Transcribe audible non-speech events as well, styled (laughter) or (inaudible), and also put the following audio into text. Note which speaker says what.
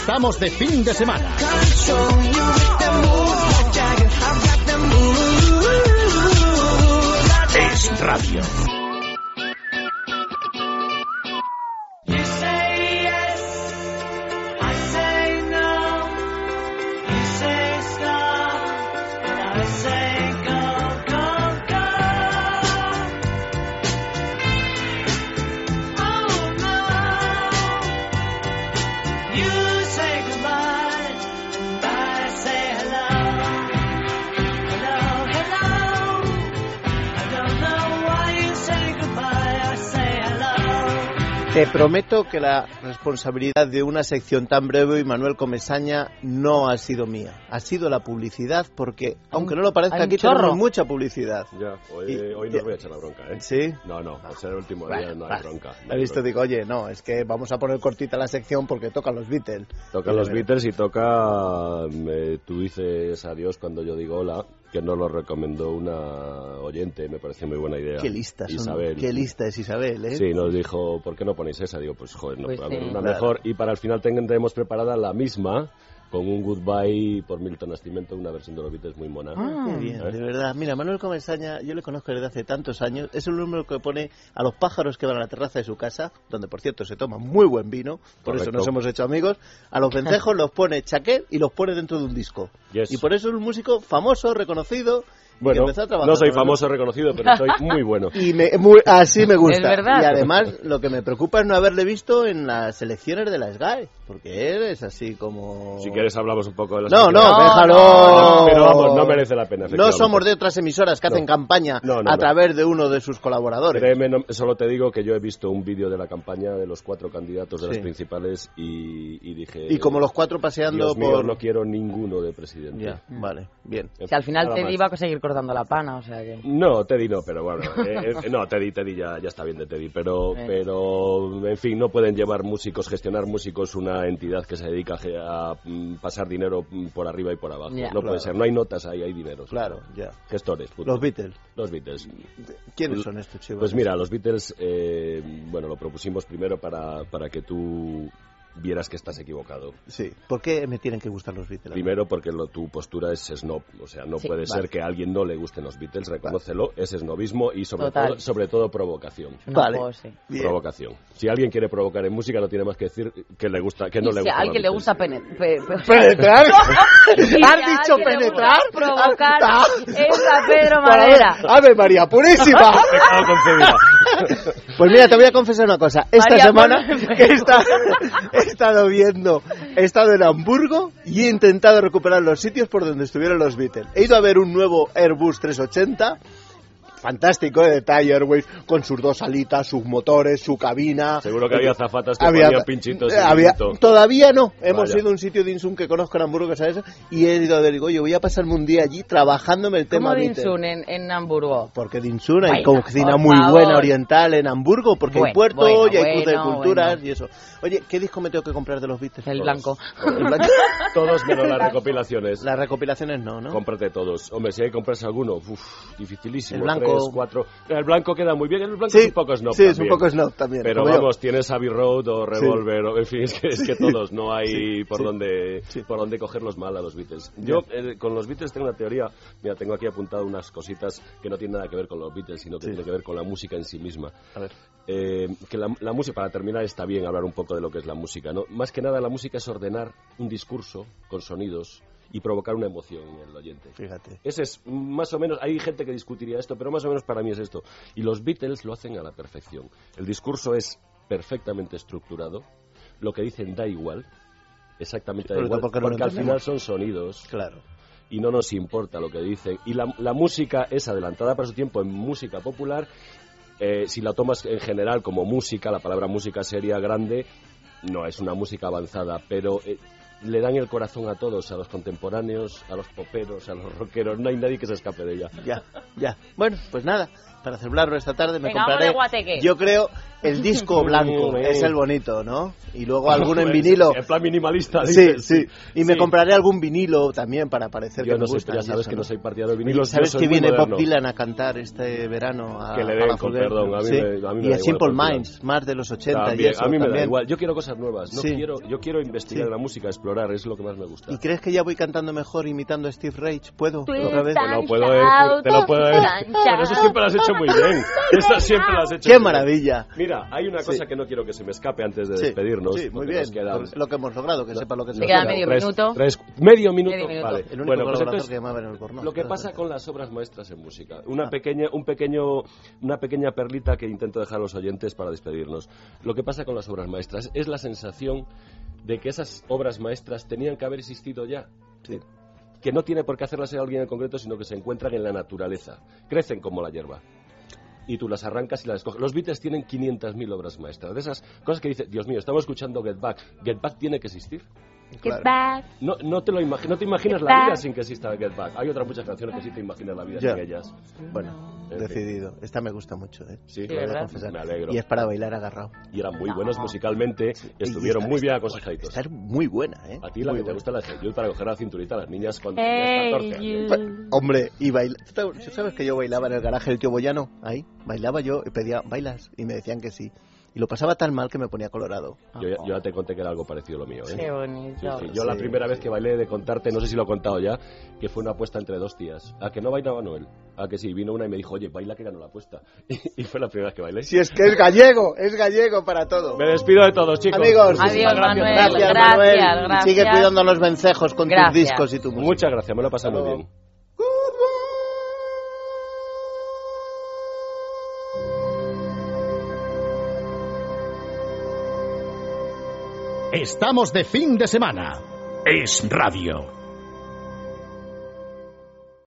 Speaker 1: estamos de fin de semana.
Speaker 2: Es radio.
Speaker 3: Te prometo que la responsabilidad de una sección tan breve y Manuel Comesaña no ha sido mía. Ha sido la publicidad porque, aunque no lo parezca,
Speaker 4: hay un
Speaker 3: aquí
Speaker 4: chorro.
Speaker 3: tenemos mucha publicidad.
Speaker 5: Ya, hoy,
Speaker 3: Y-
Speaker 5: hoy no os voy a echar la bronca, ¿eh?
Speaker 3: ¿Sí?
Speaker 5: No, no, al ser el último día
Speaker 3: Bueno,
Speaker 5: no hay
Speaker 3: vale.
Speaker 5: bronca. no
Speaker 3: He
Speaker 5: hay
Speaker 3: visto,
Speaker 5: bronca.
Speaker 3: digo, oye, no, es que vamos a poner cortita la sección porque tocan los Beatles.
Speaker 5: Toca los Beatles y toca. eh, tú dices adiós cuando yo digo hola, que nos lo recomendó una oyente, me pareció muy buena idea.
Speaker 3: Qué lista, son,
Speaker 5: Isabel.
Speaker 3: qué lista es Isabel, ¿eh?
Speaker 5: Sí, nos dijo, ¿por qué no ponéis esa? Digo, pues joder, no
Speaker 4: Pues
Speaker 5: puede haber
Speaker 4: sí.
Speaker 5: una
Speaker 3: Claro.
Speaker 5: mejor. Y para el final tendremos preparada la misma, con un goodbye por Milton Nascimento, una versión de los Beatles muy mona.
Speaker 3: Ah, Qué bien,
Speaker 5: ¿Eh?
Speaker 3: de verdad. Mira, Manuel Comesaña, yo le conozco desde hace tantos años. Es el número que pone a los pájaros que van a la terraza de su casa, donde por cierto se toma muy buen vino, por eso
Speaker 5: Correcto.
Speaker 3: nos hemos hecho amigos. A los
Speaker 5: (laughs)
Speaker 3: vencejos los pone chaquet y los pone dentro de un disco.
Speaker 5: Yes.
Speaker 3: Y por eso es un músico famoso, reconocido, y que
Speaker 5: Bueno,
Speaker 3: empezó a trabajar.
Speaker 5: no soy
Speaker 3: con el-
Speaker 5: famoso reconocido, pero
Speaker 3: (laughs)
Speaker 5: soy muy bueno.
Speaker 3: Y me- muy- así me gusta.
Speaker 4: Es verdad.
Speaker 3: Y además, lo que me preocupa es no haberle visto en las elecciones de las GAE, porque él es así como.
Speaker 5: Si quieres hablamos un poco de las
Speaker 3: No, no,
Speaker 4: No,
Speaker 3: déjalo.
Speaker 5: Pues no. Pero vamos, no merece la pena,
Speaker 3: No
Speaker 5: efectivamente.
Speaker 3: somos de otras emisoras que hacen
Speaker 5: No.
Speaker 3: campaña
Speaker 5: No, no,
Speaker 3: a
Speaker 5: no.
Speaker 3: través de uno de sus colaboradores.
Speaker 5: Créeme, no- solo te digo que yo he visto un vídeo de la campaña de los cuatro candidatos de
Speaker 3: Sí.
Speaker 5: las principales y, y dije...
Speaker 3: y como los cuatro paseando
Speaker 5: eh, Dios mío,
Speaker 3: por.
Speaker 5: no quiero ninguno de presidente.
Speaker 3: Ya, vale, bien.
Speaker 5: En
Speaker 4: Si al final
Speaker 5: nada
Speaker 4: Teddy
Speaker 5: más.
Speaker 4: iba a seguir cortando la pana, o sea que...
Speaker 5: No, Teddy no, pero bueno. eh, eh, (laughs) no, Teddy, Teddy ya, ya está bien de Teddy, pero,
Speaker 4: Bien.
Speaker 5: pero en fin, no pueden llevar músicos, gestionar músicos una entidad que se dedica a ge- a mm, pasar dinero mm, por arriba y por abajo.
Speaker 4: Ya.
Speaker 5: no
Speaker 3: Claro.
Speaker 5: puede ser, no hay notas ahí, hay dinero.
Speaker 3: Claro, ya.
Speaker 5: Gestores, punto.
Speaker 3: Los Beatles.
Speaker 5: Los Beatles.
Speaker 3: ¿Quiénes son estos chicos?
Speaker 5: Pues mira, los Beatles, eh, bueno, lo propusimos primero para, para que tú vieras que estás equivocado.
Speaker 3: Sí. ¿Por qué me tienen que gustar los Beatles?
Speaker 5: Primero porque lo- tu postura es snob, o sea, no
Speaker 4: Sí,
Speaker 5: puede
Speaker 3: vale.
Speaker 5: ser que a alguien no le gusten los Beatles, reconócelo, es snobismo y sobre
Speaker 4: Total.
Speaker 5: todo, sobre todo provocación.
Speaker 4: No
Speaker 3: Vale.
Speaker 4: puedo, sí.
Speaker 3: Bien.
Speaker 5: Provocación. Si alguien quiere provocar en música no tiene más que decir que le gusta, que no
Speaker 4: Y
Speaker 5: le
Speaker 4: si
Speaker 5: gusta.
Speaker 4: a alguien le gusta pene- pe- pe-
Speaker 3: ¿Penetrar?
Speaker 4: (laughs)
Speaker 3: (laughs)
Speaker 4: Y si a
Speaker 3: ¿Has dicho
Speaker 4: alguien le gusta
Speaker 3: penetrar?
Speaker 4: Provocar
Speaker 3: Ah.
Speaker 4: (laughs) es a Pedro Madera.
Speaker 3: ¡Ave María Purísima!
Speaker 4: (laughs)
Speaker 3: Pues mira, te voy a confesar una cosa. Esta
Speaker 4: María,
Speaker 3: semana
Speaker 4: pon-
Speaker 3: he, esta- (laughs) he estado viendo, he estado en Hamburgo y he intentado recuperar los sitios por donde estuvieron los Beatles. He ido a ver un nuevo Airbus 380. Fantástico eh, de detalle, Airways, con sus dos alitas, sus motores, su
Speaker 5: (laughs)
Speaker 3: cabina. Eh,
Speaker 5: Seguro
Speaker 4: (laughs)
Speaker 5: que había zafatas que
Speaker 3: Había- eh,
Speaker 5: ponían pinchitos. en el
Speaker 3: había-
Speaker 5: minuto.
Speaker 3: todavía no. Hemos
Speaker 5: Vaya.
Speaker 3: ido a un sitio de Insun que conozco en Hamburgo, ¿sabes? Y he ido a ver, digo, yo voy a pasarme un día allí trabajándome el
Speaker 4: ¿Cómo
Speaker 3: tema
Speaker 4: de
Speaker 3: Beatles.
Speaker 4: Insun en, en Hamburgo?
Speaker 3: Porque Dinsun hay
Speaker 4: Bueno,
Speaker 3: cocina
Speaker 4: por
Speaker 3: muy
Speaker 4: favor.
Speaker 3: buena oriental en Hamburgo, porque hay
Speaker 4: Bueno,
Speaker 3: puerto
Speaker 4: bueno,
Speaker 3: y hay club de
Speaker 4: bueno,
Speaker 3: culturas
Speaker 4: bueno.
Speaker 3: y eso. Oye, ¿qué disco me tengo que comprar de los Beatles? Oh.
Speaker 4: El blanco.
Speaker 3: El
Speaker 4: (laughs)
Speaker 3: blanco.
Speaker 5: Todos menos las recopilaciones.
Speaker 3: Las recopilaciones no, ¿no?
Speaker 5: Cómprate todos. Hombre, si hay que comprarse alguno, uff, dificilísimo.
Speaker 3: El blanco.
Speaker 5: Tres, cuatro. El blanco queda muy bien, el blanco
Speaker 3: Sí,
Speaker 5: es un poco snob.
Speaker 3: sí, es
Speaker 5: también.
Speaker 3: un poco snob también,
Speaker 5: Pero
Speaker 3: como yo.
Speaker 5: vamos, tienes Abbey Road o Revolver, o- en fin, es que, es que todos, no hay por,
Speaker 3: sí,
Speaker 5: dónde,
Speaker 3: sí.
Speaker 5: por dónde cogerlos mal a los Beatles. Yo eh, con los Beatles tengo una teoría, mira, tengo aquí apuntado unas cositas que no tienen nada que ver con los Beatles, sino que
Speaker 3: Sí.
Speaker 5: tienen que ver con la música en sí misma.
Speaker 3: A ver.
Speaker 5: Eh, que la, la música, para terminar, está bien hablar un poco de lo que es la música, ¿no? Más que nada, la música es ordenar un discurso con sonidos y provocar una emoción en el oyente.
Speaker 3: Fíjate.
Speaker 5: Ese es más o menos, hay gente que discutiría esto, pero más o menos para mí es esto. Y los Beatles lo hacen a la perfección. El discurso es perfectamente estructurado, lo que dicen da igual, exactamente da
Speaker 3: Sobre todo
Speaker 5: igual,
Speaker 3: porque
Speaker 5: porque,
Speaker 3: no lo
Speaker 5: al final
Speaker 3: entendemos.
Speaker 5: son sonidos
Speaker 3: Claro.
Speaker 5: y no nos importa lo que dicen. Y la, la música es adelantada para su tiempo en música popular. Eh, si la tomas en general como música, la palabra música sería grande, no es una música avanzada, pero eh, le dan el corazón a todos, a los contemporáneos, a los poperos, a los rockeros, no hay nadie que se escape de ella.
Speaker 3: Ya, ya. Bueno, pues nada, para celebrarlo esta tarde me
Speaker 4: Venga,
Speaker 3: compraré.
Speaker 4: vámonos de guateque.
Speaker 5: (laughs)
Speaker 3: Yo creo el disco blanco
Speaker 5: Mm,
Speaker 3: es
Speaker 5: eh.
Speaker 3: el bonito, ¿no? y luego alguno en vinilo.
Speaker 5: (laughs) En plan minimalista,
Speaker 3: Sí,
Speaker 5: dices.
Speaker 3: sí. Y me
Speaker 5: Sí.
Speaker 3: compraré algún vinilo también para parecer
Speaker 5: Yo
Speaker 3: que
Speaker 5: no
Speaker 3: me
Speaker 5: sé, tú
Speaker 3: gusta.
Speaker 5: ya sabes que no soy partidario de vinilos. yo
Speaker 3: ¿Sabes
Speaker 5: soy
Speaker 3: que
Speaker 5: muy
Speaker 3: viene
Speaker 5: moderno.
Speaker 3: Bob Dylan a cantar este verano? A,
Speaker 5: Que le
Speaker 3: a
Speaker 5: den,
Speaker 3: la
Speaker 5: con
Speaker 3: Foguer?
Speaker 5: perdón, a mí
Speaker 3: Sí.
Speaker 5: me- a mí me
Speaker 3: y
Speaker 5: da
Speaker 3: a
Speaker 5: igual
Speaker 3: Simple
Speaker 5: Bob Dylan.
Speaker 3: Minds, más de los 80
Speaker 5: También,
Speaker 3: y eso.
Speaker 5: a mí me da
Speaker 3: también.
Speaker 5: igual. Yo quiero cosas nuevas. No
Speaker 3: Sí.
Speaker 5: quiero, yo quiero investigar
Speaker 3: Sí.
Speaker 5: la música, explorar, es lo que más me gusta.
Speaker 3: ¿Y crees que ya voy cantando mejor imitando a Steve Rage? ¿Puedo?
Speaker 4: Tú
Speaker 3: ¿Otra vez?
Speaker 5: Te lo puedo decir, te lo puedo decir. Pero eso siempre lo has hecho muy bien. Eso siempre lo has hecho
Speaker 3: ¡Qué
Speaker 5: muy bien.
Speaker 3: maravilla!
Speaker 5: Mira, hay una cosa
Speaker 3: Sí.
Speaker 5: que no quiero que se me escape antes de
Speaker 3: Sí,
Speaker 5: despedirnos.
Speaker 3: sí, muy
Speaker 5: porque
Speaker 3: bien.
Speaker 5: nos queda-
Speaker 3: Por- Lo que hemos logrado, que sepa lo que se
Speaker 5: nos
Speaker 4: queda
Speaker 5: queda
Speaker 4: medio
Speaker 5: tres-
Speaker 4: minuto.
Speaker 5: tres- medio minuto.
Speaker 4: Medio minuto.
Speaker 5: Vale.
Speaker 3: El único
Speaker 5: Bueno, pues
Speaker 3: colaborador
Speaker 5: entonces,
Speaker 3: que llamaba en el Bornoz.
Speaker 5: lo que pasa con las obras maestras en música. Una pequeña, un pequeño, una pequeña perlita que intento dejar a los oyentes para despedirnos. Lo que pasa con las obras maestras es la sensación de que esas obras maestras tenían que haber existido ya.
Speaker 3: Sí.
Speaker 5: Que no tiene por qué hacerlas en alguien en concreto, sino que se encuentran en la naturaleza. Crecen como la hierba. Y tú las arrancas y las coges. Los Beatles tienen 500.000 obras maestras. De esas cosas que dices, Dios mío, estamos escuchando Get Back. Get Back tiene que existir.
Speaker 3: Claro.
Speaker 5: No, no, te lo imagi- no te imaginas
Speaker 4: Get
Speaker 5: la
Speaker 4: Back.
Speaker 5: vida sin que exista Get Back. Hay otras muchas canciones que sí te imaginas la vida
Speaker 3: Ya.
Speaker 5: sin ellas.
Speaker 3: Bueno,
Speaker 5: En fin.
Speaker 3: decidido. Esta me gusta mucho, ¿eh?
Speaker 5: Sí,
Speaker 4: Sí,
Speaker 3: Lo voy a
Speaker 4: ¿verdad?
Speaker 3: confesar.
Speaker 5: Me alegro.
Speaker 3: Y es para bailar agarrado.
Speaker 5: Y eran muy
Speaker 4: No.
Speaker 5: buenos musicalmente y estuvieron
Speaker 3: está-
Speaker 5: muy bien
Speaker 3: está-
Speaker 5: aconsejaditos.
Speaker 3: Esta es muy buena, ¿eh?
Speaker 5: A ti la
Speaker 3: Muy
Speaker 5: que te
Speaker 3: buena.
Speaker 5: gusta la de Hey Jude para coger la cinturita a las niñas cuando
Speaker 4: Hey,
Speaker 5: tenías 14 años.
Speaker 4: you.
Speaker 3: Hombre, y baila. Mm. ¿Tú te- tú ¿Sabes que yo bailaba en el garaje del tío Boyano? Ahí, bailaba yo y pedía, ¿bailas? Y me decían que sí. Y lo pasaba tan mal que me ponía colorado.
Speaker 5: Yo, ya- yo ya te conté que era algo parecido a lo mío. ¿eh?
Speaker 4: Qué
Speaker 5: Sí,
Speaker 4: bonito.
Speaker 5: sí. Yo la
Speaker 3: Sí,
Speaker 5: primera
Speaker 3: sí.
Speaker 5: vez que bailé de contarte, no sé si lo he contado ya, que fue una apuesta entre dos tías. A que no bailaba Noel. A que sí, vino una y me dijo, oye, baila que ganó la apuesta. (laughs) Y, fue la primera vez que bailé.
Speaker 3: Si es que es gallego, es gallego para todo.
Speaker 5: Me despido de todos, chicos.
Speaker 3: Amigos,
Speaker 5: Muchísimas
Speaker 4: Adiós,
Speaker 5: gracias.
Speaker 4: Manuel.
Speaker 3: Gracias,
Speaker 4: Gracias,
Speaker 3: Manuel.
Speaker 4: gracias.
Speaker 3: Y sigue cuidando a los vencejos con
Speaker 4: Gracias.
Speaker 3: tus discos y tu música.
Speaker 5: Muchas gracias, me lo he pasado muy
Speaker 3: Hasta
Speaker 5: bien.
Speaker 3: luego.
Speaker 1: Estamos de fin de semana. Es radio.